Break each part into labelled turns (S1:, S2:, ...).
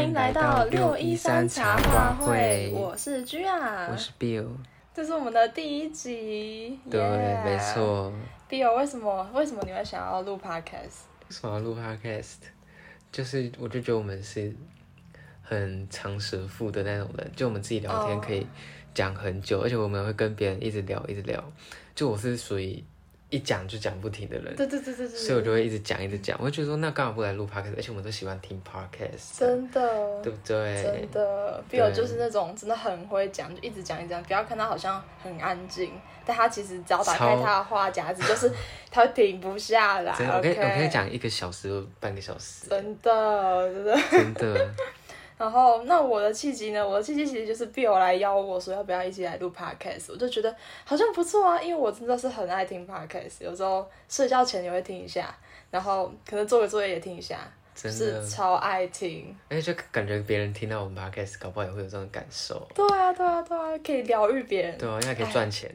S1: 迎来到六一三茶话会，我是居啊，
S2: 我是 Bill，
S1: 这是我们的第一集。
S2: 对
S1: Yeah
S2: 没。错。
S1: Bill，为什么为什么你会想要录 podcast？
S2: 为什么要录 Podcast？就是我就觉得我们是很长舌妇的那种人，就我们自己聊天
S1: 哦
S2: 可以讲很久而且我们会跟别人一直聊，一直聊。就我是属于一讲就讲不停的人，
S1: 对对对对对，
S2: 所以我就会一直讲，一直讲。我就觉得说，那干嘛不来录 Podcast？而且我们都喜欢听 Podcast，
S1: 真的
S2: 对不对？
S1: 真的，Bill 就是那种真的很会讲，就一直讲一直讲。不要看他好像很安静，但他其实只要打开
S2: 超
S1: 他的话匣子，就是他会停不下来。
S2: 真的，我可以
S1: OK，
S2: 我可以讲一个小时或半个小时，
S1: 真的真的。
S2: 真的。
S1: 然后，那我的契机呢？我的契机其实就是 Bill 来邀我说要不要一起来录 podcast，我就觉得好像不错啊，因为我真的是很爱听 podcast，有时候睡觉前也会听一下，然后可能做个作业也听一下，就
S2: 真的
S1: 是超爱听。
S2: 而且就感觉别人听到我们 podcast，搞不好也会有这种感受。
S1: 对啊，对啊，对啊，可以疗愈别人，
S2: 对啊，因为可以赚钱，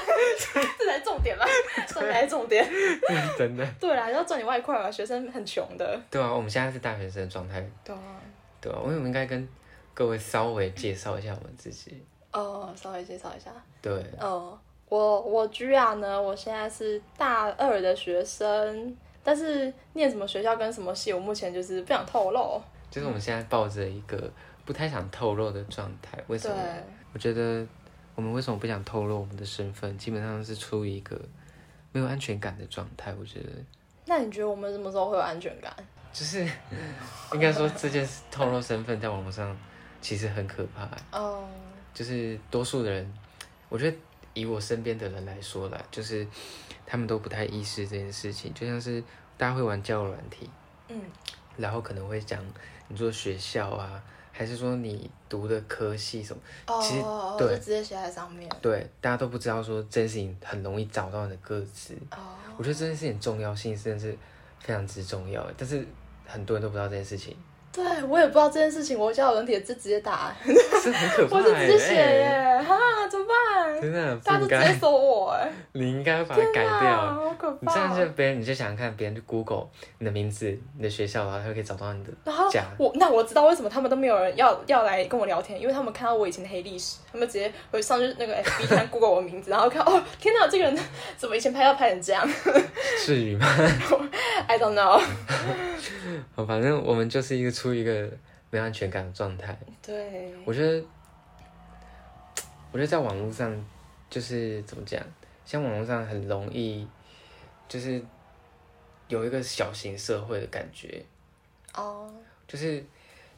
S1: 这才是重 点吧，啊这才是重点。
S2: 哎真的。
S1: 对啦，要赚点外快啊嘛，学生很穷的。
S2: 对啊，我们现在是大学生的状态，
S1: 对啊，
S2: 对啊，我们应该跟各位稍微介绍一下我们自己。
S1: 哦，稍微介绍一下。
S2: 对，
S1: 哦，我我居然呢，我现在是大二的学生，但是念什么学校跟什么系，我目前就是不想透露。
S2: 就是我们现在抱着一个不太想透露的状态。为什
S1: 对
S2: 么？我觉得我们为什么不想透露我们的身份，基本上是出于一个没有安全感的状态。我觉得，
S1: 那你觉得我们什么时候会有安全感？
S2: 就是应该说这件事透露身份在网络上其实很可怕。
S1: 哦，
S2: 就是多数的人，我觉得以我身边的人来说啦，就是他们都不太意识这件事情，就像是大家会玩交友软体，
S1: 嗯，
S2: 然后可能会讲你做学校啊，还是说你读的科系什么，
S1: 哦，
S2: 其实
S1: 哦就
S2: 对
S1: 直接写在上面。
S2: 对，大家都不知道说这件事情很容易找到你的个子。
S1: 哦，
S2: 我觉得这件事情重要性真的是非常之重要，但是很多人都不知道这件事情，
S1: 对我也不知道这件事情，我叫人体就直接打，
S2: 这很哎可怕、
S1: 我
S2: 欸。
S1: 就直接写
S2: 哎
S1: 耶，哈，怎么办？
S2: 真的
S1: 大家
S2: 不
S1: 就
S2: 应
S1: 直接
S2: 该，
S1: 搜我哎，
S2: 你应该把它
S1: 天
S2: 改掉
S1: 哪，。好可
S2: 啊你这样
S1: 怕！
S2: 就别人，你就想想看，别人就 Google 你的名字、你的学校，然后他就可以找到你的
S1: 然后
S2: 家。
S1: 我那我知道为什么他们都没有人要要来跟我聊天，因为他们看到我以前的黑历史，他们直接会上去那个 FB 看 Google 我名字，然后看哦天哪，这个人怎么以前拍照拍成这 样
S2: 至于吗？
S1: ？I don't know。
S2: 好反正我们就是一个处于一个没有安全感的状态。
S1: 对，
S2: 我觉得，我觉得在网络上就是怎么讲，像网络上很容易就是有一个小型社会的感觉，
S1: 哦，
S2: 就是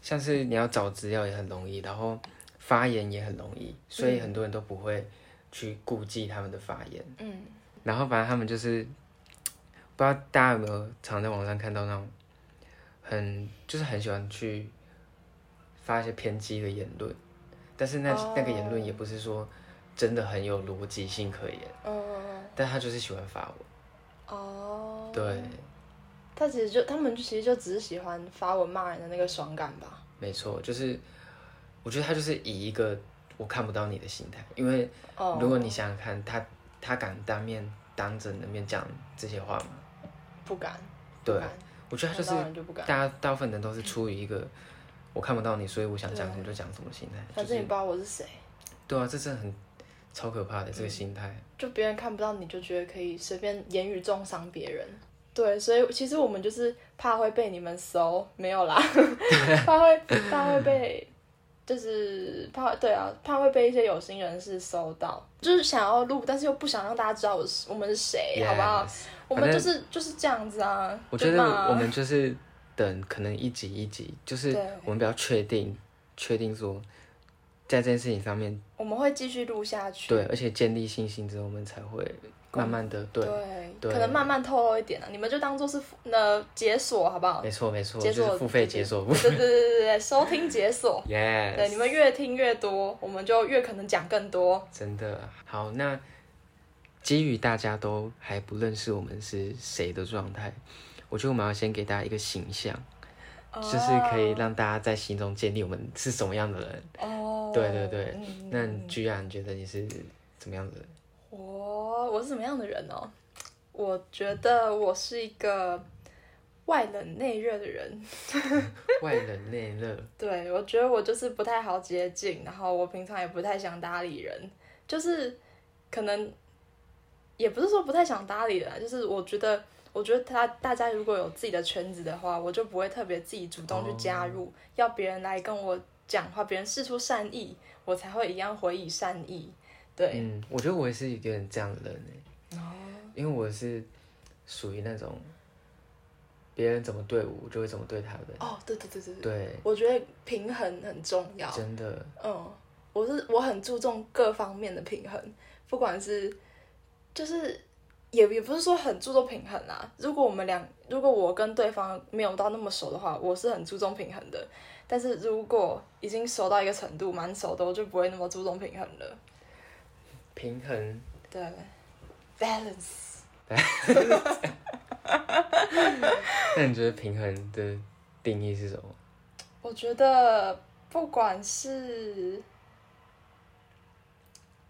S2: 像是你要找资料也很容易，然后发言也很容易，所以很多人都不会去顾忌他们的发言。
S1: 嗯，
S2: 然后反正他们就是，不知道大家有没有常在网上看到那种很就是很喜欢去发一些偏激的言论，但是那、
S1: 哦
S2: 那个言论也不是说真的很有逻辑性可言，
S1: 哦，
S2: 但他就是喜欢发文。
S1: 哦，
S2: 对，，
S1: 他其实就他们其实就只是喜欢发文骂人的那个爽感吧。
S2: 没错，就是我觉得他就是以一个我看不到你的心态，因为
S1: 哦，
S2: 如果你想想看，他他敢当面当着你的面讲这些话吗？
S1: 不敢，
S2: 对
S1: 不敢，
S2: 我觉得他就是
S1: 看到人就不敢。
S2: 大家大部分人都是出于一个我看不到你，所以我想讲什么就讲什么心态。
S1: 反
S2: 就是
S1: 正你不知道我是谁，
S2: 对啊，这真的很超可怕的
S1: 嗯
S2: 这个心态。
S1: 就别人看不到你就觉得可以随便言语重伤别人。对，所以其实我们就是怕会被你们搜，没有 啦，怕会怕会被，就是怕对啊，怕会被一些有心人士搜到，就是想要录，但是又不想让大家知道我是我们是谁
S2: Yes
S1: 哎好不好？我们
S2: 反
S1: 就
S2: 正
S1: 是就是这样子啊。
S2: 我觉
S1: 就
S2: 得
S1: 骂啊
S2: 我们就是等可能一集一集，就是
S1: 对
S2: 我们比较确定，确定说在这件事情上面
S1: 我们会继续录下去，
S2: 对，而且建立信心之后，我们才会慢慢
S1: 嗯
S2: 的对，对
S1: 可能慢慢透露一点啊，你们就当做是呃解锁好不 好？
S2: 没错没错，
S1: 解
S2: 就
S1: 锁
S2: 是付 费解锁。
S1: 对对对对对，收听解锁。对，
S2: Yes，
S1: 你们越听越多，我们就越可能讲更多。
S2: 真的好。那基于大家都还不认识我们是谁的状态，我觉得我们要先给大家一个形象。
S1: 哦
S2: 就是可以让大家在心中建立我们是什么样的人。
S1: 哦。
S2: 对对对
S1: 嗯
S2: 那你居然觉得你是怎么 样的人？
S1: 哦我我是什么样的人哦？我觉得我是一个，外冷内热的人。
S2: 外冷内热，
S1: 对，我觉得我就是不太好接近，然后我平常也不太想搭理人，就是可能也不是说不太想搭理人啊，就是我觉得，我觉得他大家如果有自己的圈子的话，我就不会特别自己主动去加入，要别人来跟我讲话，别人示出善意，我才会一样回以善意。 对，哦
S2: 嗯，我觉得我也是有点这样的人欸因为我是属于那种别人怎么对我，我就会怎么对他的人，
S1: 哦，对对对对对，
S2: 对，
S1: 我觉得平衡很重要。
S2: 真的，
S1: 嗯，我是我很注重各方面的平衡，不管是就是也也不是说很注重平衡啦。如果我们两如果我跟对方没有到那么熟的话，我是很注重平衡的。但是如果已经熟到一个程度，蛮熟的，我就不会那么注重平衡了。
S2: 平衡
S1: 对，balance。
S2: 那你觉得平衡的定义是什么？
S1: 我觉得不管是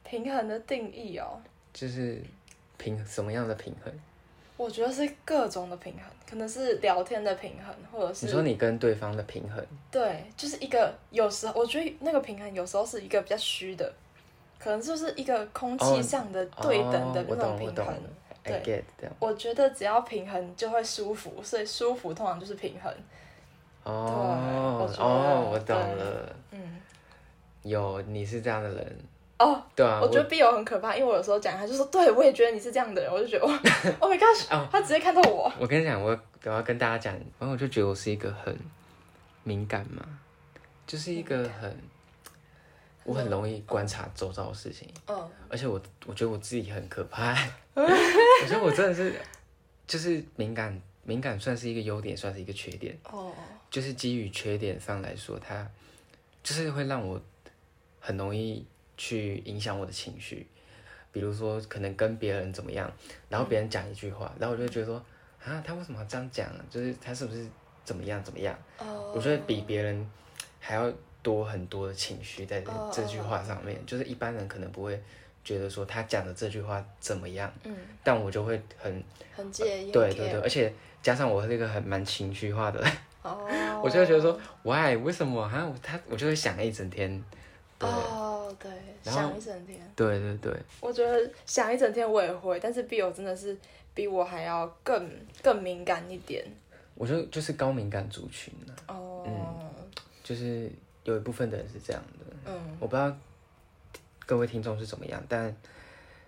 S1: 平衡的定义哦，
S2: 就是平什么样的平衡？
S1: 我觉得是各种的平衡，可能是聊天的平衡，或者
S2: 你
S1: 是
S2: 说你跟对方的平衡，
S1: 对，就是一个有时候我觉得那个平衡有时候是一个比较虚的，可能就是一个空气上的对等的
S2: 哦、
S1: 那
S2: 我
S1: 种
S2: 懂我
S1: 平
S2: 懂
S1: 衡。
S2: ，I get 这样。
S1: 我觉得只要平衡就会舒服，所以舒服通常就是平衡。
S2: 哦
S1: 我觉得
S2: 哦，我懂
S1: 对
S2: 了。
S1: 嗯，
S2: 有，你是这样的人，
S1: 哦，
S2: 对啊，
S1: 我觉得 B 友很可怕，因为我有时候讲他就说，对我也觉得你是这样的人，我就 觉得哇，Oh my gosh，、
S2: 哦
S1: 他直接看到我。
S2: 我跟你讲，我我要跟大家讲，反正我就觉得我是一个很敏感嘛，就是一个很，我很容易观察周遭的事情，
S1: 嗯，
S2: 而且我我觉得我自己很可 怕，我觉得我真的是就是敏感，敏感算是一个优点，算是一个缺点，
S1: 哦，
S2: 就是基于缺点上来说，它就是会让我很容易去影响我的情绪。比如说，可能跟别人怎么样，然后别人讲一句话，然后我就会觉得说，啊，他为什么要这样讲啊？就是他是不是怎么样怎么样？
S1: 哦，
S2: 我觉得比别人还要多很多的情绪在这
S1: 哦
S2: 这句话上面，就是一般人可能不会觉得说他讲的这句话怎么样，
S1: 嗯，
S2: 但我就会很
S1: 很介意，
S2: 对
S1: 很
S2: 对
S1: care
S2: 对，而且加上我是一个很蛮情绪化的人，
S1: 哦，
S2: 我就会觉得说，why 为什么啊？我他我就会想一整天，对、
S1: 哦，对，
S2: 然后
S1: 想一整天。
S2: 对对对，
S1: 我觉得想一整天我也会，但是 B 友真的是比我还要更更敏感一点
S2: 我觉得就是高敏感族群啊，
S1: 哦。
S2: 就是有一部分的人是这样的，
S1: 嗯
S2: 我不知道各位听众是怎么样，但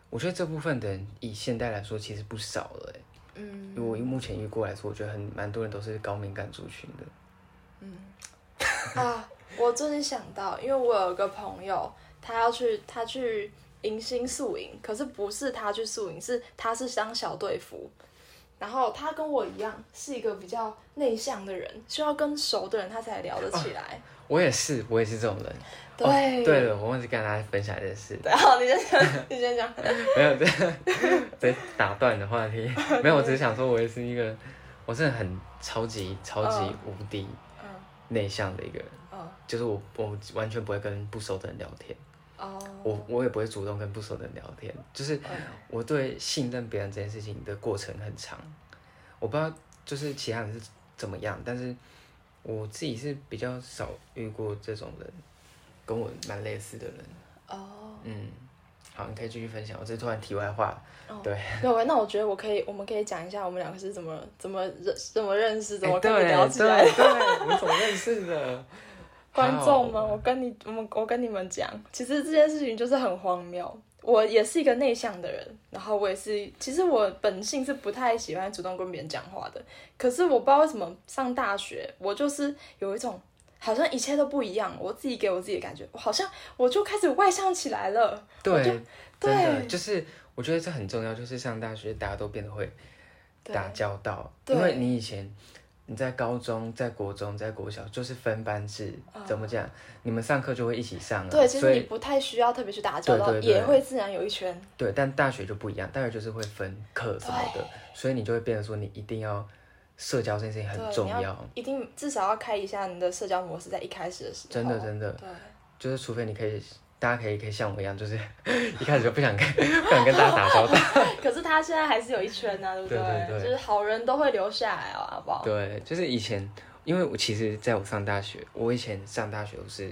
S2: 我觉得这部分的人以现代来说其实不少了、欸，
S1: 嗯
S2: 因为我目前遇过来说，我觉得很蛮多人都是高敏感族群的。
S1: 啊，我最近想到，因为我有一个朋友，他要去他去迎新宿营，可是不是他去宿营，是他是当小队服。然后他跟我一样是一个比较内向的人，需要跟熟的人他才聊得起来。
S2: 我也是，我也是这种人。
S1: 对、
S2: 哦对了，我忘记跟大家分享一件事，
S1: 对，好，你先讲，你先讲。
S2: 没有，对，对，打断你的话题。没有，我只是想说，我也是一个，我真的很超级超级无敌
S1: 嗯
S2: 内向的一个人，
S1: 嗯
S2: 就是我我完全不会跟不熟的人聊天，
S1: 哦
S2: 我我也不会主动跟不熟的人聊天，就是
S1: 哎
S2: 我对信任别人这件事情的过程很长，我不知道就是其他人是怎么样，但是我自己是比较少遇过这种人，跟我蛮类似的人。
S1: 哦。
S2: 嗯，好，你可以继续分享。我这是突然题外话，
S1: 没有，那我觉得我可以，我们可以讲一下我们两个是怎么怎么认怎么认识，怎么
S2: 哎
S1: 跟
S2: 对
S1: 你聊起来。
S2: 对对，我们怎么认识的？
S1: 观众们，
S2: 好
S1: 我跟你我们我跟你们讲，其实这件事情就是很荒谬。我也是一个内向的人，然后我也是，其实我本性是不太喜欢主动跟别人讲话的。可是我不知道为什么上大学，我就是有一种好像一切都不一样，我自己给我自己的感觉，我好像我就开始外向起来了。
S2: 对，真的
S1: 对
S2: 就是我觉得这很重要，就是上大学大家都变得会
S1: 对
S2: 打交道，
S1: 对
S2: 因为你以前你在高中、在国中、在国小就是分班制，怎么讲？你们上课就会一起上了，
S1: 嗯对，其
S2: 所
S1: 实你
S2: 以
S1: 不太需要特别去打交道，
S2: 对对对
S1: 也会自然有一圈。
S2: 对，但大学就不一样，大学就是会分课什么的，所以你就会变得说你一定要社交这件事情很
S1: 对
S2: 重
S1: 你
S2: 要，
S1: 一定至少要开一下你的社交模式，在一开始的时候。哦
S2: 真的真的
S1: 对
S2: 就是除非你可以大家可以可以像我一样，就是 一开始就不想跟不想跟大家打交道。
S1: 可是他现在还是有一圈呐、啊，对不
S2: 对对对
S1: 就是好人都会留下来啊，好不好？
S2: 对，就是以前，因为我其实在我上大学，我以前上大学我是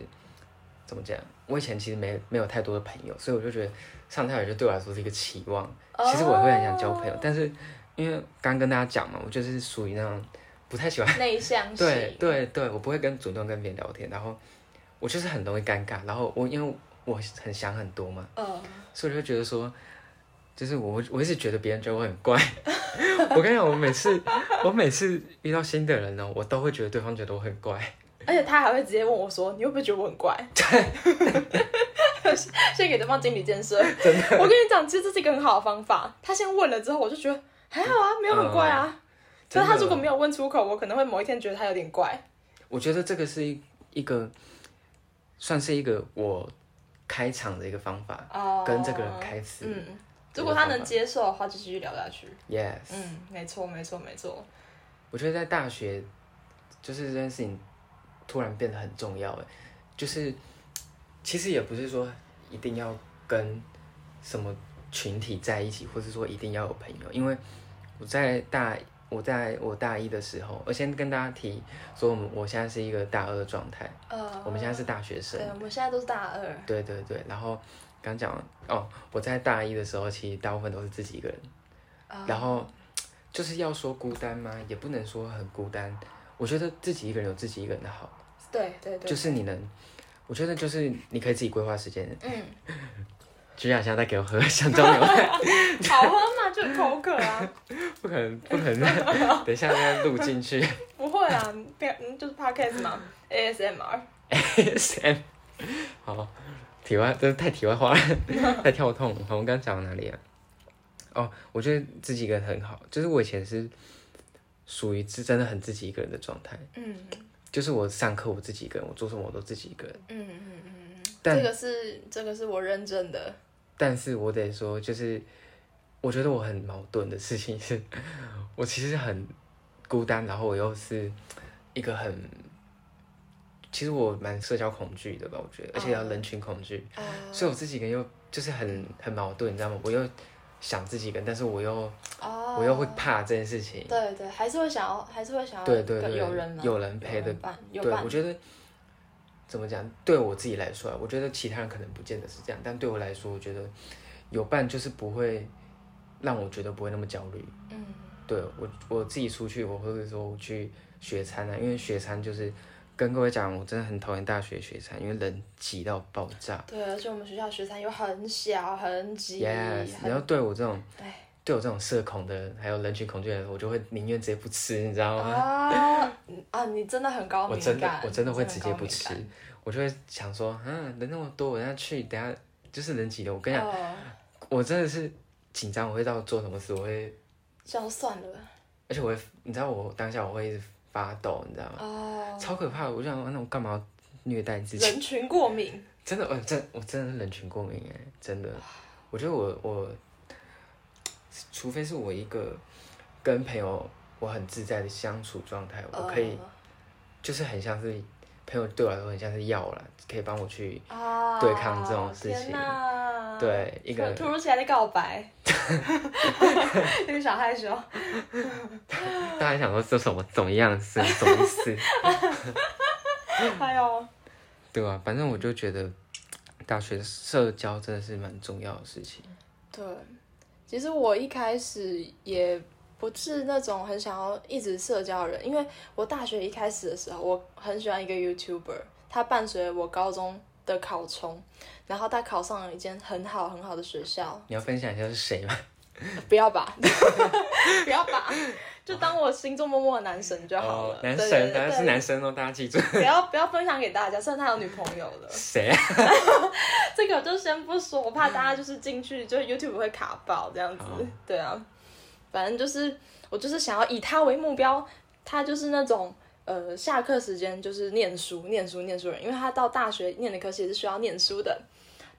S2: 怎么讲？我以前其实没没有太多的朋友，所以我就觉得上大学就对我来说是一个期望。其实我也会很想交朋友，但是因为刚跟大家讲嘛，我就是属于那种不太喜欢。
S1: 哦内向型，
S2: 对对对，我不会跟主动跟别人聊天，然后我就是很容易尴尬，然后我因为我很想很多嘛，
S1: 嗯，
S2: 所以我就觉得说，就是我我一直觉得别人觉得我很怪。 我跟你讲，我每次我每次遇到新的人呢，我都会觉得对方觉得我很怪。
S1: 而且他还会直接问我说：“你会不会觉得我很 怪？”先给对方心理建设。我跟你讲，其实这是一个很好的方法。他先问了之后，我就觉得还好啊，没有很怪
S2: 嗯
S1: 啊。但是他
S2: 真的
S1: 如果没有问出口，我可能会某一天觉得他有点怪。
S2: 我觉得这个是一一个，算是一个我开场的一个方法，
S1: 哦
S2: 跟这个人开始。
S1: 嗯，如果他能接受的话，就继续聊下去。
S2: Yes，、
S1: 嗯，没错，没错，没错。
S2: 我觉得在大学，就是这件事情突然变得很重要。哎，就是其实也不是说一定要跟什么群体在一起，或是说一定要有朋友。因为我在大我在我大一的时候，我先跟大家提说，我们我现在是一个大二的状态，
S1: 呃，
S2: 我们现在是大学生
S1: 对。，我们现在都是大二。
S2: 对对对，然后刚讲完哦，我在大一的时候，其实大部分都是自己一个人，
S1: 啊
S2: 然后就是要说孤单吗？也不能说很孤单，我觉得自己一个人有自己一个人的好，
S1: 对对对，
S2: 就是你能，我觉得就是你可以自己规划时间。
S1: 嗯，
S2: 居然现在在给我喝香蕉牛奶，
S1: 好喝嘛，就很口渴啊。
S2: 不可能不可能，等一下再录进去。
S1: 不会啊，不要，嗯，就是 podcast 嘛，ASMR。
S2: Sam，好，题外，真是太题外话了， 太跳痛了。好我们刚刚讲到哪里啊？哦，我觉得自己一个人很好，就是我以前是属于是真的很自己一个人的状态，
S1: 嗯。
S2: 就是我上课我自己一个人，我做什么我都自己一个人。
S1: 嗯嗯嗯，嗯，
S2: 但
S1: 这个是这个是我认真的，
S2: 但是我得说，就是我觉得我很矛盾的事情是，我其实很孤单，然后我又是一个很，其实我蛮社交恐惧的吧，我觉得，而且要人群恐惧。
S1: 啊、
S2: 所以我自己一个人又就是很很矛盾，你知道吗？我又想自己一个人，但是我又
S1: 哦，
S2: 我又会怕这件事情。
S1: 对对，还是会想要，还是会想要
S2: 对对对，
S1: 有人嘛
S2: 有人陪的，
S1: 伴，有
S2: 对
S1: 伴
S2: 我觉得怎么讲？对我自己来说啊，我觉得其他人可能不见得是这样，但对我来说，我觉得有伴就是不会让我觉得不会那么焦虑。
S1: 嗯
S2: 对我我自己出去，我会说我去学餐啊，因为学餐就是跟各位讲，我真的很讨厌大学学餐，因为人挤到爆炸。
S1: 对，而且我们学校学餐又很小很挤
S2: Yes，
S1: 很
S2: 然后对我这种。
S1: 哎
S2: 对我这种社恐的，还有人群恐惧的人，我就会宁愿直接不吃，你知道吗？
S1: 啊嗯啊，你真的很高
S2: 我
S1: 敏
S2: 真的
S1: 感，
S2: 我真的会
S1: 很
S2: 直接
S1: 高
S2: 不
S1: 敏
S2: 吃
S1: 感，哦
S2: 我就会想说，啊，人那么多，我等下去，等下就是人挤的。我跟你讲，
S1: 哦
S2: 我真的是紧张，我会到做什么事，我会，
S1: 想说算了
S2: 而且我会，你知道我当下我会一直发抖，你知道吗？
S1: 哦，
S2: 超可怕的！我就想，啊那我干嘛要虐待自己？
S1: 人群过敏，
S2: 真的，我真我真的是人群过敏哎，真的。我觉得我我，除非是我一个跟朋友我很自在的相处状态，我可
S1: 哦
S2: 以。就是很像是朋友对我来说很像是药了，可以帮我去
S1: 呃啊
S2: 对抗这种事
S1: 天
S2: 情
S1: 哪
S2: 对一个
S1: 嗯突突如其来的告 白， 有点小害羞。
S2: 大家想说这什么怎么样是什么意思，
S1: 还有，
S2: 对吧、反正我就觉得大学社交真的是蛮重要的事情。
S1: 对，其实我一开始也不是那种很想要一直社交的人，因为我大学一开始的时候，我很喜欢一个 YouTuber，他伴随了我高中的考冲，然后他考上了一间很好很好的学校，呃
S2: 你要分享一下是谁吗？
S1: 不要吧， 不要吧，就当我心中默默的男神就好了。
S2: 哦、男
S1: 对
S2: 神，
S1: 对
S2: 大家是
S1: 对
S2: 男神哦，大家记住
S1: 不要不要分享给大家，虽然他有女朋友了。
S2: 谁啊？
S1: 这个我就先不说，我怕大家就是进去就 YouTube 会卡爆这样子
S2: 好。
S1: 对啊，反正就是我就是想要以他为目标，他就是那种呃下课时间就是念书、念书、念书人，因为他到大学念的科系是需要念书的。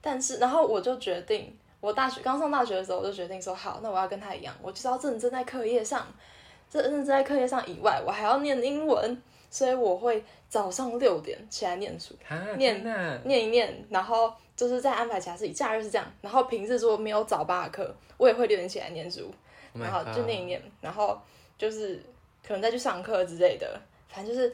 S1: 但是然后我就决定，我大学刚上大学的时候我就决定说，好，那我要跟他一样，我就是要认真在课业上，这认真在课业上以外，我还要念英文，所以我会早上六点起来念书。
S2: 啊，
S1: 念
S2: 天哪！
S1: 念一念，然后就是在安排假日，假日是这样，然后平日如果没有早八的课，我也会六点起来念书，
S2: Oh my
S1: 然后就
S2: God
S1: 念一念，然后就是可能再去上课之类的，反正就是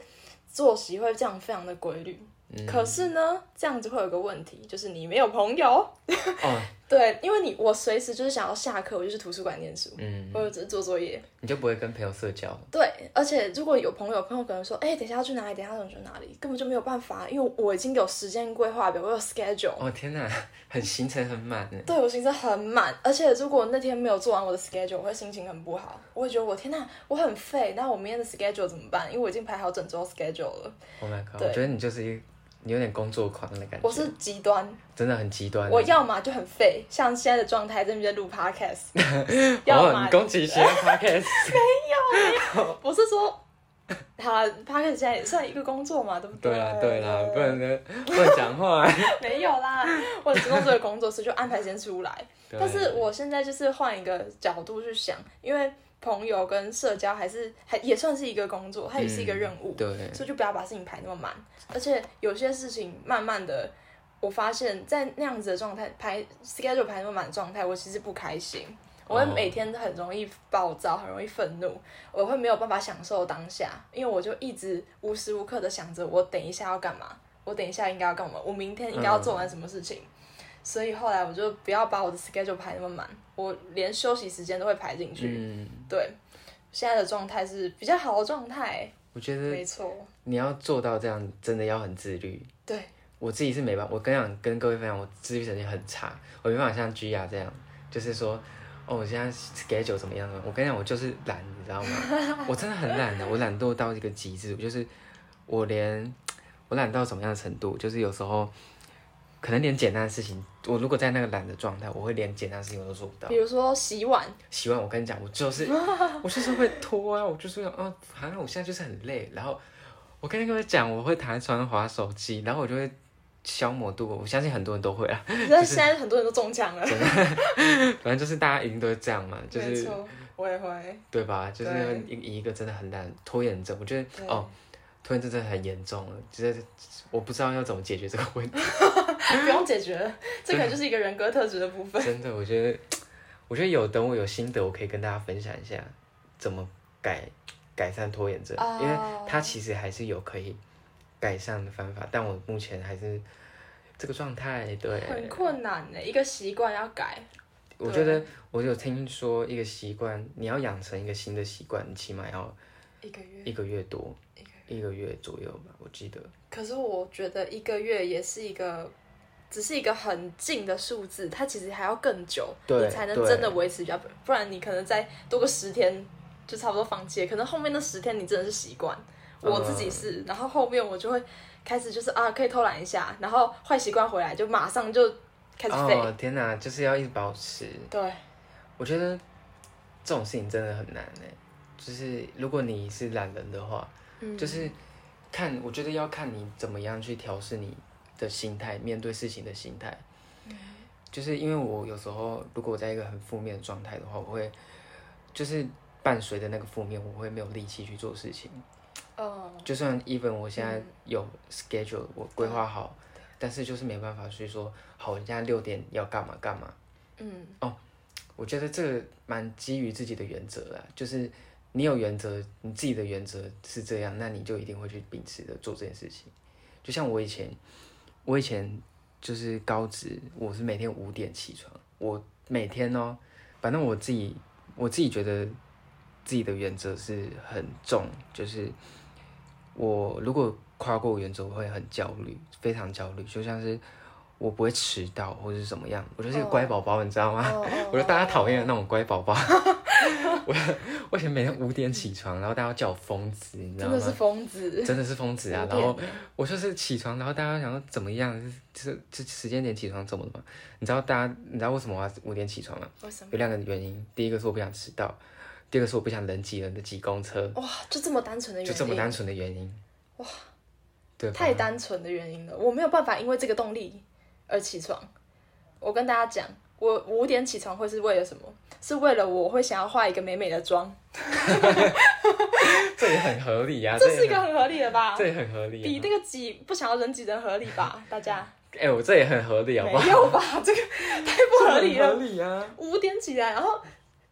S1: 作息会这样非常的规律。
S2: 嗯
S1: 可是呢，这样子会有个问题，就是你没有朋友。
S2: 哦，
S1: 对，因为你我随时就是想要下课，我就去图书馆念书，
S2: 嗯，
S1: 或者只是做作业。
S2: 你就不会跟朋友社交了。
S1: 对，而且如果有朋友，朋友可能说，哎、等一下要去哪里，等一下要去哪里，根本就没有办法，因为我已经有时间规划表，我有 schedule。
S2: 哦天哪，很行程很满呢。
S1: 对我行程很满，而且如果那天没有做完我的 schedule，我会心情很不好，我会觉得我天呐，我很废，那我明天的 schedule 怎么办？因为我已经排好整周 schedule 了，
S2: Oh my god，
S1: 对
S2: 我觉得你就是一你有点工作狂的感觉，
S1: 我是极端，
S2: 真的很极端欸。
S1: 我要么就很废，像现在的状态在那边录 podcast，要
S2: 哦，
S1: 么哎
S2: 你攻击型 podcast，
S1: 我是说， 好啦 podcast 现在也算一个工作嘛，对不
S2: 对
S1: 对
S2: 啦对啦，不能不能讲话。
S1: 没有啦，我只弄这个工作，所以就安排先出来。
S2: 对
S1: 但是我现在就是换一个角度去想，因为朋友跟社交还是还也算是一个工作，它也是
S2: 嗯
S1: 一个任务，
S2: 对，
S1: 所以就不要把事情排那么满。而且有些事情慢慢的，我发现，在那样子的状态排 schedule 排那么满的状态，我其实不开心。我会
S2: 哦
S1: 每天很容易暴躁，很容易愤怒，我会没有办法享受当下，因为我就一直无时无刻的想着我等一下要干嘛，我等一下应该要干嘛，我明天应该要做
S2: 嗯
S1: 完什么事情。所以后来我就不要把我的 schedule 排那么满，我连休息时间都会排进去。
S2: 嗯，
S1: 对，现在的状态是比较好的状态，
S2: 我觉得
S1: 没错。
S2: 你要做到这样，真的要很自律。
S1: 对，
S2: 我自己是没办法，我跟你讲，跟各位分享，我自律神经很差，我没办法像 G 雅这样，就是说，哦，我现在 schedule 怎么样呢？啊我跟你讲，我就是懒，你知道吗？我真的很懒啊的，我懒惰到一个极致，就是我连我懒到什么样的程度，就是有时候可能连简单的事情，我如果在那个懒的状态，我会连简单的事情我都做不到
S1: 比。如说洗 碗，
S2: 洗碗，我跟你讲，我就是 我就是会拖啊，我就是想啊，好像我现在就是很累，然后我跟各位讲，我会躺在床上划手机，然后我就会消磨度过。我相信很多人都会啊，
S1: 但现在很多人都中枪了，
S2: 反正就是大家一定都会这样嘛，就
S1: 没
S2: 是
S1: 错，我也会。
S2: 对吧？就是
S1: 对
S2: 以以一个真的很难拖延症，我觉得
S1: 对
S2: 哦，拖延症真的很严重了，就是我不知道要怎么解决这个问 题，
S1: 不用解 决，这可能就是一个人格特质的部分。
S2: 真的，我觉得我觉得有等我有心得，我可以跟大家分享一下怎么改改善拖延症，因为。
S1: 哦
S2: 它其实还是有可以改善的方法，但我目前还是这个状态。对，
S1: 很困难欸呢，一个习惯要改，
S2: 我觉得我有听说一个习惯，你要养成一个新的习惯，你起码要
S1: 一个月。
S2: 一个月多
S1: 嗯一个，
S2: 一个月左右吧，我记得。
S1: 可是我觉得一个月也是一个，只是一个很近的数字，它其实还要更久，
S2: 对
S1: 你才能真的维持比较，不然你可能再多个十天就差不多放弃了，可能后面那十天你真的是习惯。
S2: 嗯
S1: 我自己是，然后后面我就会开始就是啊，可以偷懒一下，然后坏习惯回来就马上就开始废。
S2: 哦，天哪，就是要一直保持。
S1: 对，
S2: 我觉得这种事情真的很难呢。就是如果你是懒人的话，
S1: 嗯
S2: 就是看，我觉得要看你怎么样去调试你的心态，面对事情的心态。
S1: 嗯
S2: 就是因为我有时候，如果我在一个很负面的状态的话，我会就是伴随着那个负面，我会没有力气去做事情。
S1: 哦，
S2: 就算 even 我现在
S1: 嗯
S2: 有 schedule，我规划好，但是就是没办法去说，好，人家六点要干嘛干嘛。
S1: 嗯，
S2: 我觉得这个蛮基于自己的原则啦，就是你有原则，你自己的原则是这样，那你就一定会去秉持的做这件事情。就像我以前，我以前就是高职，我是每天五点起床，我每天哦，反正我自己我自己觉得自己的原则是很重，就是我如果跨过原则，我会很焦虑，非常焦虑，就像是我不会迟到或者是怎么样，我就是一个乖宝宝，你知道吗？
S1: 哦哦
S2: 我就大家讨厌的那种乖宝宝。 我我以前每天五点起床，然后大家叫我疯子，你知道
S1: 真的是
S2: 吗？
S1: 疯 子，
S2: 真的是疯子啊！
S1: 有
S2: 然
S1: 点
S2: 后我就是起床，然后大家想说怎么样？这这这时间点起床怎么了嘛？你知道大家你知道为什么我要五点起床吗？
S1: 为什么？
S2: 有两个原因，第一个是我不想迟到，第二个是我不想人挤人的挤公车，
S1: 哇，就这么单纯的原
S2: 就
S1: 因，
S2: 这么单纯的原因。哇，对吧？
S1: 太单纯的原因了，我没有办法因为这个动力而起床。我跟大家讲，我五点起床会是为了什么？是为了我会想要化一个美美的妆，
S2: 这也很合理啊，
S1: 这是
S2: 也
S1: 一个很合理的吧
S2: 这？也很合理、啊。
S1: 比那个挤不想要人挤人合理吧？大家
S2: 哎、我这也很合理，好不好？
S1: 没有吧？ 这个太不合理
S2: 这
S1: 了
S2: 很。合理啊！
S1: 五点起来，然后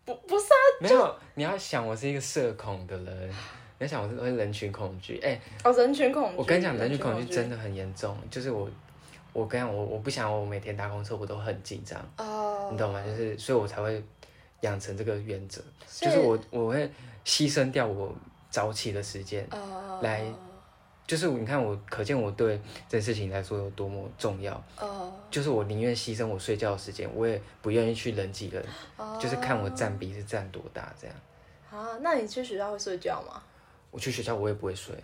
S1: 不不是啊，
S2: 没有，你要想我是一个社恐的人， 你要想我是我是人群恐惧。哎、
S1: 哦，人群恐惧。
S2: 我跟你讲，人群恐
S1: 恐
S2: 惧真的很严重，就是我，我跟你讲，我我不想我每天搭公车我都很紧张，
S1: 哦，
S2: 你懂吗？就是所以我才会养成这个原则，
S1: 所
S2: 就
S1: 以
S2: 是我我会牺牲掉我早起的时间。
S1: 呃
S2: 来就是你看我，可见我对这件事情来说有多么重要。
S1: 呃
S2: 就是我宁愿牺牲我睡觉的时间，我也不愿意去人挤人，
S1: 哦
S2: 就是看我占比是占多大这样。
S1: 啊，那你去学校会睡觉吗？
S2: 我去学校我也不会睡，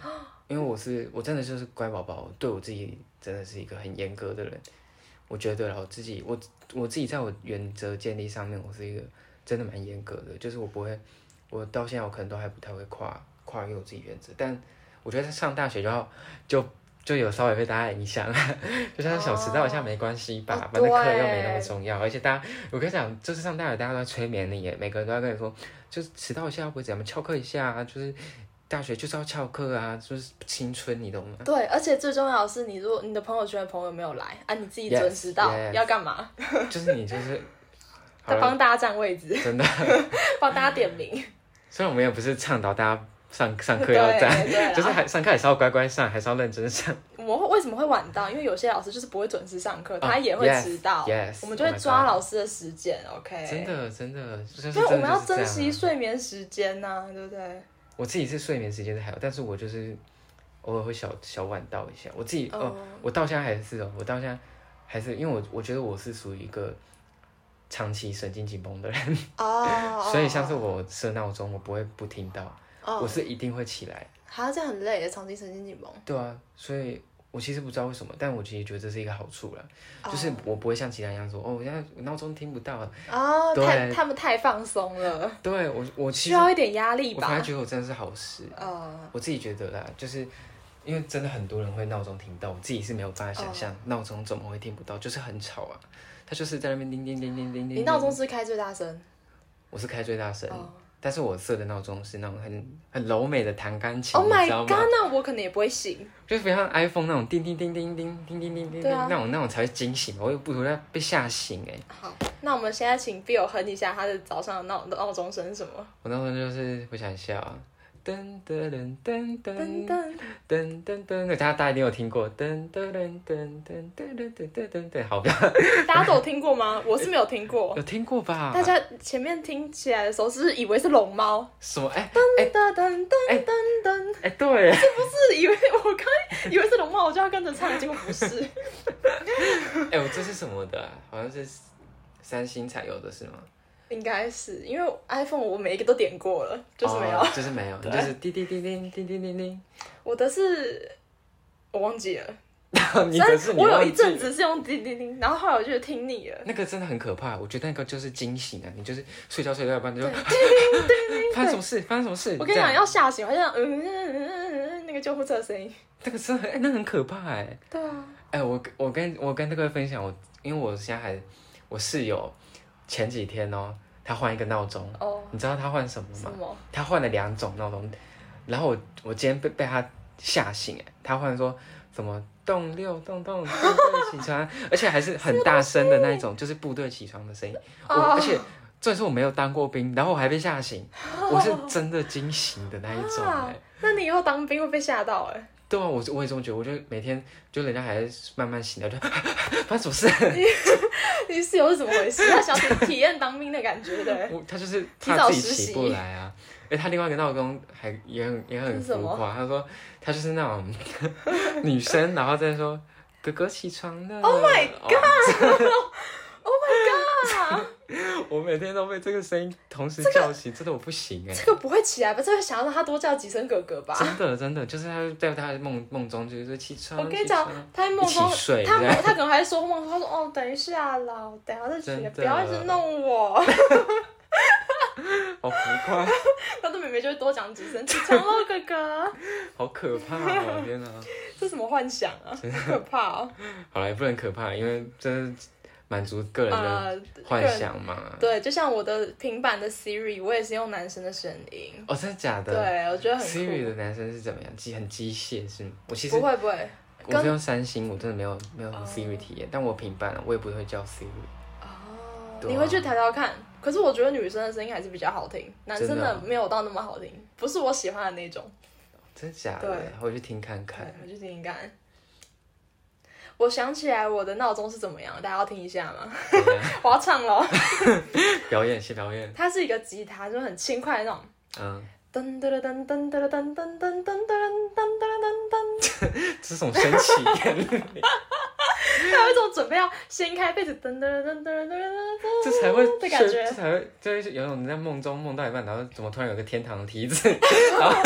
S2: 因为我是我真的就是乖宝宝，对我自己真的是一个很严格的人。我觉得啦我自己我我自己在我原则建立上面，我是一个真的蛮严格的，就是我不会，我到现在我可能都还不太会跨跨越我自己原则，但我觉得在上大学就要就就有稍微被大家影响， 就像小迟到一下没关系吧，
S1: 哦
S2: 反正课又没那么
S1: 对
S2: 重要，而且大家我跟你讲，就是上大学大家都在催眠你耶，每个人都在跟你说，就是迟到一下又不会怎样，翘课一下啊，就是大学就是要翘课啊，就是青春，你懂吗？
S1: 对，而且最重要的是，你如果你的朋友圈的朋友没有来啊，你自己准时到
S2: Yes, yes.
S1: 要干嘛？
S2: 就是你 就是，好
S1: 他
S2: 了，
S1: 帮大家占位置，
S2: 真的，
S1: 帮大家点名。
S2: 虽然我们也不是倡导大家上上课
S1: 对
S2: 要站，
S1: 对
S2: 就是
S1: 啦，
S2: 还上课还是要乖乖上，还是要认真上。
S1: 我们会为什么会晚到？因为有些老师就是不会准时上课，
S2: 哦
S1: 他也会
S2: yes,
S1: 迟到。
S2: yes,
S1: 我们就会
S2: oh my
S1: 抓
S2: God
S1: 老师的时间，OK？
S2: 真，的真的，就是
S1: 所以我
S2: 真
S1: 们
S2: 的
S1: 要
S2: 就是这
S1: 珍
S2: 样
S1: 惜
S2: 啊。
S1: 睡眠时间呐，对不对？
S2: 我自己是睡眠时间是还好，但是我就是偶尔会小小晚到一下。我自己哦
S1: 哦
S2: 我到现在还是哦，我到现在还是因为我我觉得我是属于一个长期神经紧绷的人，
S1: 哦，
S2: 所以像是我设闹钟，我不会不听到，
S1: 哦
S2: 我是一定会起来。
S1: 好，这样很累，长期神经紧绷。
S2: 对啊，所以我其实不知道为什么，但我其实觉得这是一个好处啦，
S1: 哦
S2: 就是我不会像其他人一样说，哦，我现在闹钟听不到。
S1: 哦，太
S2: 对
S1: 他们太放松了，
S2: 对我，我
S1: 需
S2: 其实
S1: 要一点压力
S2: 我反而
S1: 吧？
S2: 觉得我真的是好事，
S1: 呃，
S2: 我自己觉得啦，就是。因为真的很多人会闹钟听到，我自己是没有办
S1: 哦
S2: 法想象闹钟怎么会听不到，就是很吵啊，它就是在那边叮叮叮叮叮叮。
S1: 你闹钟是开最大声
S2: 我是开最大声，
S1: 哦
S2: 但是我设的闹钟是那种很很柔美的弹钢琴
S1: ？Oh
S2: 你
S1: my
S2: 知道
S1: god，
S2: 吗？
S1: 那我可能也不会醒。
S2: 就非常 iPhone 那种叮叮叮叮叮叮叮叮叮
S1: 对
S2: 叮、
S1: 啊
S2: 那种那种才会惊醒，我又不如被吓醒哎、
S1: 好，那我们现在请 Bill 哼一下他的早上的闹闹钟声是什么？
S2: 我那时候就是我想笑、啊，噔噔噔噔
S1: 噔
S2: 噔
S1: 噔，
S2: 噔噔噔，大家大家一定有听过噔噔噔噔噔噔噔噔噔噔噔，好不要
S1: 大家都有听过 吗？我是没有听过。
S2: 有听过吧？
S1: 大家前面听起来的时候，是不是以为是龙猫？
S2: 什么？哎
S1: 噔噔噔噔噔噔，
S2: 哎，对，
S1: 是以为我刚以为是龙猫，我就要跟着唱，结果不是。
S2: 哎，我这是什么的啊、好像是三星才有的是吗？
S1: 应该是因为 iPhone 我每一个都点过了，就是没有。
S2: 哦就是没有，你就是滴滴滴叮叮叮叮叮。
S1: 我的是我忘记了，
S2: 你
S1: 但
S2: 可是你
S1: 我有
S2: 忘
S1: 一
S2: 记
S1: 阵子是用叮叮叮，然后后来我就听腻了。
S2: 那个真的很可怕，我觉得那个就是惊醒啊！你就是睡觉睡到一半你就
S1: 对，
S2: 发
S1: 叮叮叮叮。
S2: 生什么事， 发生什么事？
S1: 我跟你
S2: 这
S1: 讲，
S2: 样
S1: 要吓醒，好像嗯嗯嗯嗯嗯那个救护车的声音。
S2: 那个真的很，哎那很可怕哎。
S1: 对啊，
S2: 哎，我跟我跟我跟那个分享，我因为我现在还我室友前几天哦，他换一个闹钟，
S1: 哦，
S2: 你知道他换什么
S1: 什
S2: 吗？
S1: 么？
S2: 他换了两种闹钟，然后我我今天被被他吓醒哎，他换说什么动六动动部队起床， 而且还是很大声的那一种，就是部队起床的声音。我
S1: 哦
S2: 而且这是我没有当过兵，然后我还被吓醒，我是真的惊醒的那一种哎
S1: 啊。那你以后当兵会被吓到哎、
S2: 对啊，我我也这么觉得，我就每天就人家还是慢慢醒来，就 发生什么事？
S1: 你室友是怎么回事？他想体体验当兵的感觉的、
S2: 我他就是
S1: 提早
S2: 怕自己
S1: 实习
S2: 起不来啊。哎，他另外一个闹钟还也很也很
S1: 是什
S2: 浮
S1: 么
S2: 夸，他说他就是那种嗯 女生，然后再说哥哥起床了。
S1: Oh my
S2: god！
S1: Oh my god！
S2: 我每天都被这个声音同时叫醒，真的我不行 哎、
S1: 这个不会起来吧？这个想要让他多叫几声哥哥吧？
S2: 真的真的，就是啊他会在他的梦梦中就是说起床。
S1: 我跟你
S2: 起
S1: 讲
S2: 床，
S1: 他在梦
S2: 一
S1: 中
S2: 起睡，
S1: 他
S2: 这
S1: 梦
S2: 样
S1: 他可能还说梦，他说哦，等一下啦，我等一下再起
S2: 真
S1: 来，不
S2: 的
S1: 要一直弄我。
S2: 好浮夸，
S1: 他的妹妹就会多讲几声，起床喽，哥哥。
S2: 好可怕哦！天哪，
S1: 这什么幻想 啊？好可怕哦。
S2: 好了，也不能可怕，因为这是满足个人的
S1: 呃，
S2: 幻想嘛。
S1: 对，就像我的平板的 Siri，我也是用男生的声音。
S2: 哦，真的假的？
S1: 对，我觉得很
S2: Siri
S1: 酷。
S2: 的男生是怎么样？机很机械是吗？我其实
S1: 不会不会，
S2: 我是用三星，我真的没有没有用 Siri 体验，但我平板啊我也不会叫 Siri，
S1: 哦，
S2: 对啊
S1: 你会去调调看。可是我觉得女生的声音还是比较好听，男生
S2: 真的
S1: 的
S2: 啊
S1: 没有到那么好听，不是我喜欢的那种。
S2: 真的假
S1: 对
S2: 的？我去听看看
S1: 对，。我就听听看。我想起来我的闹钟是怎么样，大家要听一下吗？
S2: 怎样
S1: 我要唱了哦，
S2: 表演是表演，
S1: 它是一个吉他，就是很轻快的那种。
S2: 嗯，
S1: 噔噔噔噔噔噔噔噔噔噔噔噔噔噔噔，
S2: 这是什么神奇？
S1: 它有一种准备要掀开被子噔噔噔噔噔噔噔噔，
S2: 这才会
S1: 的感觉
S2: 这才会，这会有种你在梦中梦到一半，然后怎么突然有个天堂的梯 子，然
S1: 要
S2: 后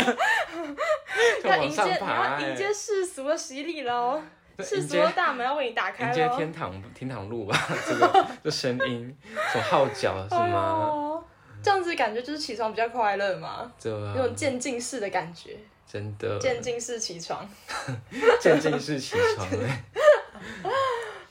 S2: 就
S1: 迎
S2: 往
S1: 接
S2: 上
S1: 你
S2: 爬、
S1: 要
S2: 欸，
S1: 迎接世俗的洗礼喽，世
S2: 迎
S1: 俗的
S2: 接
S1: 大门要为你打开
S2: 迎接
S1: 喽。
S2: 天堂天堂路吧，这个 这声音，这种号角是
S1: 哎
S2: 吗？
S1: 呦，这样子感觉就是起床比较快乐嘛，
S2: 这啊
S1: 有种渐进式的感觉，
S2: 真的
S1: 渐进式起床。
S2: 渐进式起 床、欸，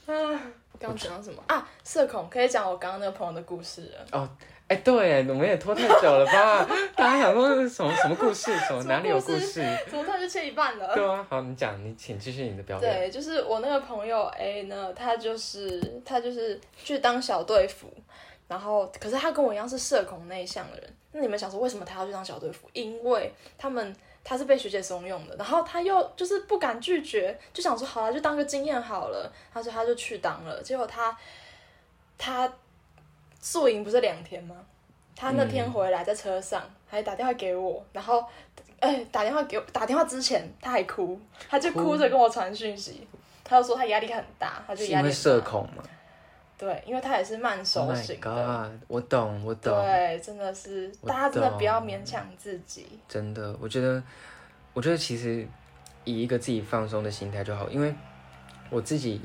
S1: 刚刚讲到什么啊？社恐可以讲我刚刚那个朋友的故事了。
S2: 哎、对，我们也拖太久了吧？ 大家想说是什么什么故事？什么
S1: 什么
S2: 哪里有
S1: 故
S2: 故
S1: 事
S2: 事？
S1: 怎么突然就切一半了？
S2: 对啊，好，你讲，你请继续你的表演。
S1: 对，就是我那个朋友 A 呢，他就是他就是去当小队服，然后可是他跟我一样是社恐内向的人。那你们想说为什么他要去当小队服？因为他们他是被学姐怂恿的，然后他又就是不敢拒绝，就想说好了就当个经验好了。他说他就去当了，结果他他宿营不是两天吗？他那天回来在车上、还打电话给我，然后哎、打电话给我打电话之前他还哭，他就哭着跟我传讯息，他就说他压力很大，他就是压
S2: 因
S1: 力
S2: 为
S1: 很大
S2: 社恐嘛
S1: 对，因为他也是慢
S2: Oh
S1: 熟
S2: my
S1: 型的。
S2: god！我懂，我懂。
S1: 对，真的是，
S2: 我
S1: 大家真的不要
S2: 懂
S1: 勉强自己。
S2: 真的，我觉得，我觉得其实以一个自己放松的心态就好，因为我自己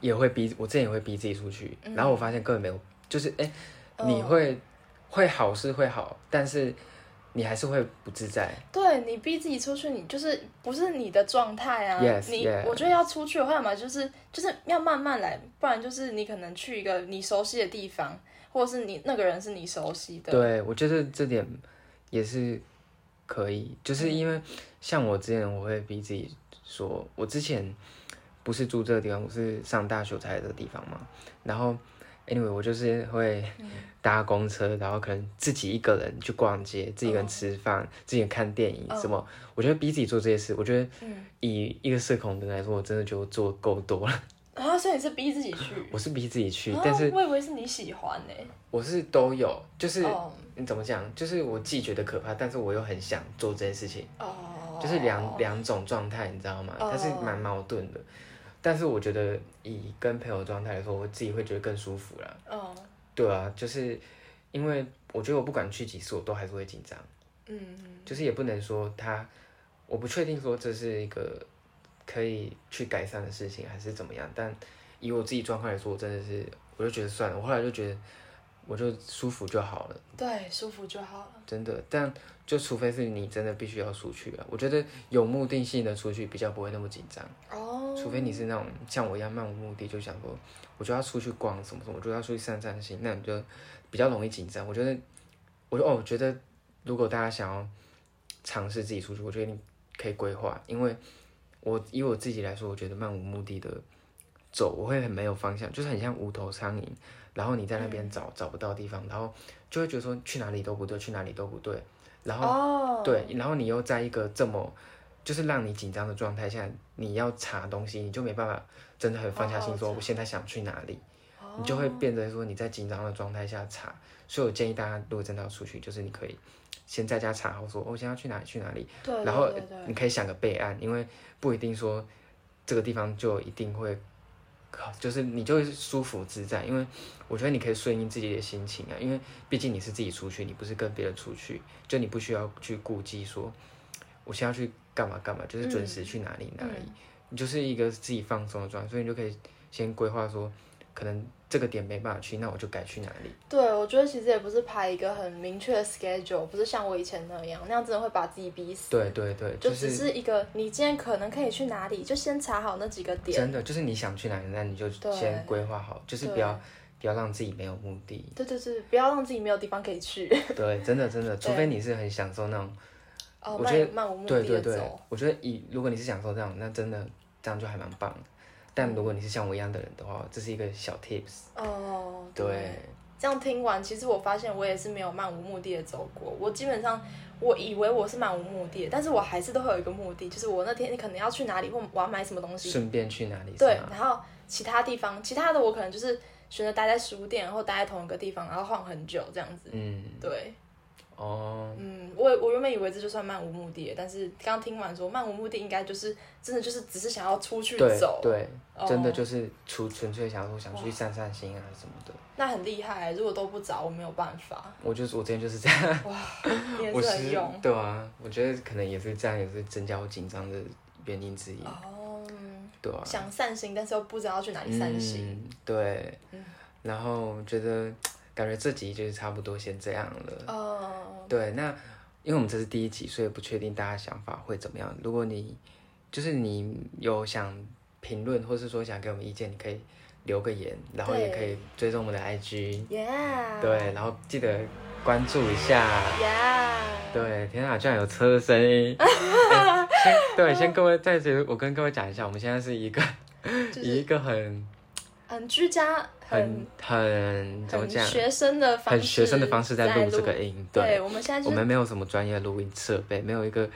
S2: 也会逼，我之前也会逼自己出去，
S1: 嗯
S2: 然后我发现根本没有，就是哎、
S1: 哦
S2: 你会、会好是会好，但是你还是会不自在，
S1: 对你逼自己出去，你就是不是你的状态啊。
S2: Yes,
S1: 你
S2: yeah.
S1: 我觉得要出去的话嘛，就是就是要慢慢来，不然就是你可能去一个你熟悉的地方，或者是你那个人是你熟悉的。
S2: 对我觉得这点也是可以，就是因为像我之前我会逼自己说，我之前不是住这个地方，我是上大学才来这个地方嘛。然后，anyway，我就是会
S1: 嗯
S2: 搭公车，然后可能自己一个人去逛街，自己一
S1: 哦
S2: 个人吃饭，自己一个人看电影什么。我觉得逼自己做这些事，我觉得
S1: 嗯
S2: 以一个社恐的人来说，我真的觉得我做够多了。
S1: 啊，所以你是逼自己去。
S2: 我是逼自己去，
S1: 啊
S2: 但是
S1: 我以为是你喜欢呢、
S2: 我是都有，就是
S1: 哦
S2: 你怎么讲？就是我既觉得可怕，但是我又很想做这件事情，
S1: 哦，
S2: 就是两两种状态，你知道吗？
S1: 哦
S2: 它是蛮矛盾的。但是我觉得以跟朋友的状态来说，我自己会觉得更舒服啦。
S1: 哦，
S2: 对啊，就是因为我觉得我不管去几次，我都还是会紧张，
S1: 嗯，
S2: 就是也不能说它，我不确定说这是一个可以去改善的事情还是怎么样。但以我自己状况来说，我真的是我就觉得算了，我后来就觉得我就舒服就好了。
S1: 对，舒服就好了。
S2: 真的，但就除非是你真的必须要出去啊，我觉得有目的性的出去比较不会那么紧张，
S1: 哦，
S2: 除非你是那种像我一样漫无目的，就想说我就要出去逛什么什么，我就要出去散散心，那你就比较容易紧张。我觉得，我就哦，我觉得如果大家想要尝试自己出去，我觉得你可以规划，因为我以我自己来说，我觉得漫无目的的走，我会很没有方向，就是很像无头苍蝇，然后你在那边找、找不到地方，然后就会觉得说去哪里都不对，去哪里都不对，然后
S1: 哦，
S2: 对，然后你又在一个这么就是让你紧张的状态下，你要查东西，你就没办法真的很放下
S1: 好好
S2: 心说我现在想去哪里，
S1: 哦
S2: 你就会变得说你在紧张的状态下查。所以我建议大家，如果真的要出去，就是你可以先在家查好说，哦我现在要去哪里去哪里，
S1: 对，对
S2: 然后
S1: 对对嗯
S2: 你可以想个备案，因为不一定说这个地方就一定会。就是你就会舒服自在，因为我觉得你可以顺应自己的心情啊，因为毕竟你是自己出去，你不是跟别人出去，就你不需要去顾忌说我现在要去干嘛干嘛，就是准时去哪
S1: 嗯
S2: 里哪里，你就是一个自己放松的状态，所以你就可以先规划说，可能这个点没办法去，那我就改去哪里。
S1: 对，我觉得其实也不是排一个很明确的 schedule，不是像我以前那样，那样真的会把自己逼死。
S2: 对对对，
S1: 就只
S2: 是
S1: 是一个你今天可能可以去哪里，就先查好那几个点。
S2: 真的就是你想去哪里，那你就
S1: 对
S2: 先规划好，就是不要不要让自己没有目的。
S1: 对对对，不要让自己没有地方可以去。
S2: 对，真的真的，除
S1: 对
S2: 非你是很享受那种，
S1: 哦，
S2: 我觉得
S1: 漫漫无目
S2: 对
S1: 的
S2: 对
S1: 的
S2: 对
S1: 走。，
S2: 我觉得以如果你是享受这样，那真的这样就还蛮棒的。
S1: 嗯
S2: 但如果你是像我一样的人的话，这是一个小 tips。
S1: 哦，
S2: 对，
S1: 这样听完，其实我发现我也是没有漫无目的的走过。我基本上，我以为我是漫无目的的，但是我还是都会有一个目的，就是我那天可能要去哪里，或我要买什么东西。
S2: 顺便去哪里？
S1: 对，，然后其他地方，其他的我可能就是选择待在书店，或待在同一个地方，然后晃很久这样子。
S2: 嗯，
S1: 对，
S2: 哦，
S1: 嗯，我我原本以为这就算漫无目的的，但是刚听完说漫无目的，应该就是真的就是只是想要出去
S2: 对
S1: 走，
S2: 对，
S1: 哦
S2: 真的就是纯纯粹想说想出去散散心啊什么的。
S1: 那很厉害。如果都不找，我没有办法。
S2: 我就是我之前就是这样，
S1: 你也
S2: 我
S1: 是
S2: 是
S1: 很勇
S2: 对啊，我觉得可能也是这样，也是增加我紧张的原因之一，
S1: 哦，
S2: 对啊。
S1: 想散心，但是又不知道去哪里散心。
S2: 嗯，对。然后觉得感觉这集就是差不多先这样了。
S1: 哦，
S2: 对，那因为我们这是第一集，所以不确定大家想法会怎么样。如果你就是你有想评论，或是说想给我们意见，你可以留个言，然后
S1: 对
S2: 也可以追踪我们的 IG，
S1: ，Yeah，
S2: 对，然后记得关注一下。
S1: ，Yeah，
S2: 对，天啊，居然有车的声音！哎先 对，先各位在这里，我跟各位讲一下，我们现在是一个、
S1: 就是
S2: 以一个很
S1: 很居家，
S2: 很很怎么
S1: 很
S2: 讲，
S1: 学生的方式，
S2: 很学生的方式在录这个音，
S1: 对，我们现在
S2: 我
S1: 就是
S2: 们没有什么专业的录音设备，没有一个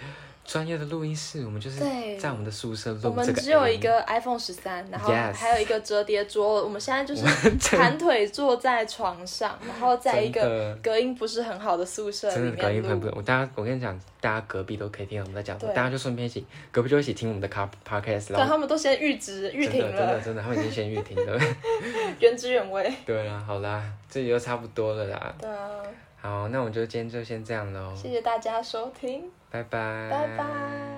S2: 专业的录音室，我们就是
S1: 对
S2: 在我们的宿舍
S1: 我
S2: 录这
S1: 们
S2: 个。嗯
S1: 只有一，个 iPhone 十三，然后
S2: Yes
S1: 还有一个折叠桌。我们现在 就是盘腿坐在床上，然后在一
S2: 真
S1: 个
S2: 的
S1: 隔音不是很好的宿舍
S2: 真
S1: 里
S2: 的隔音
S1: 面
S2: 很不
S1: 录。
S2: 能。我大家，我跟你讲，大家隔壁都可以听到我们在讲什么，
S1: 对
S2: 大家就顺便一起，隔壁就一起听我们的卡 podcast，
S1: 但
S2: 然后
S1: 他们都先预知预
S2: 真
S1: 停
S2: 的真的
S1: 了，
S2: 真的，他们已经先预停 了。
S1: 原汁原味。
S2: 对啦，好啦，这里就差不多了啦。
S1: 对啊，
S2: 好，那我们就今天就先这样喽，
S1: 谢谢大家收听，
S2: 拜拜，
S1: 拜拜。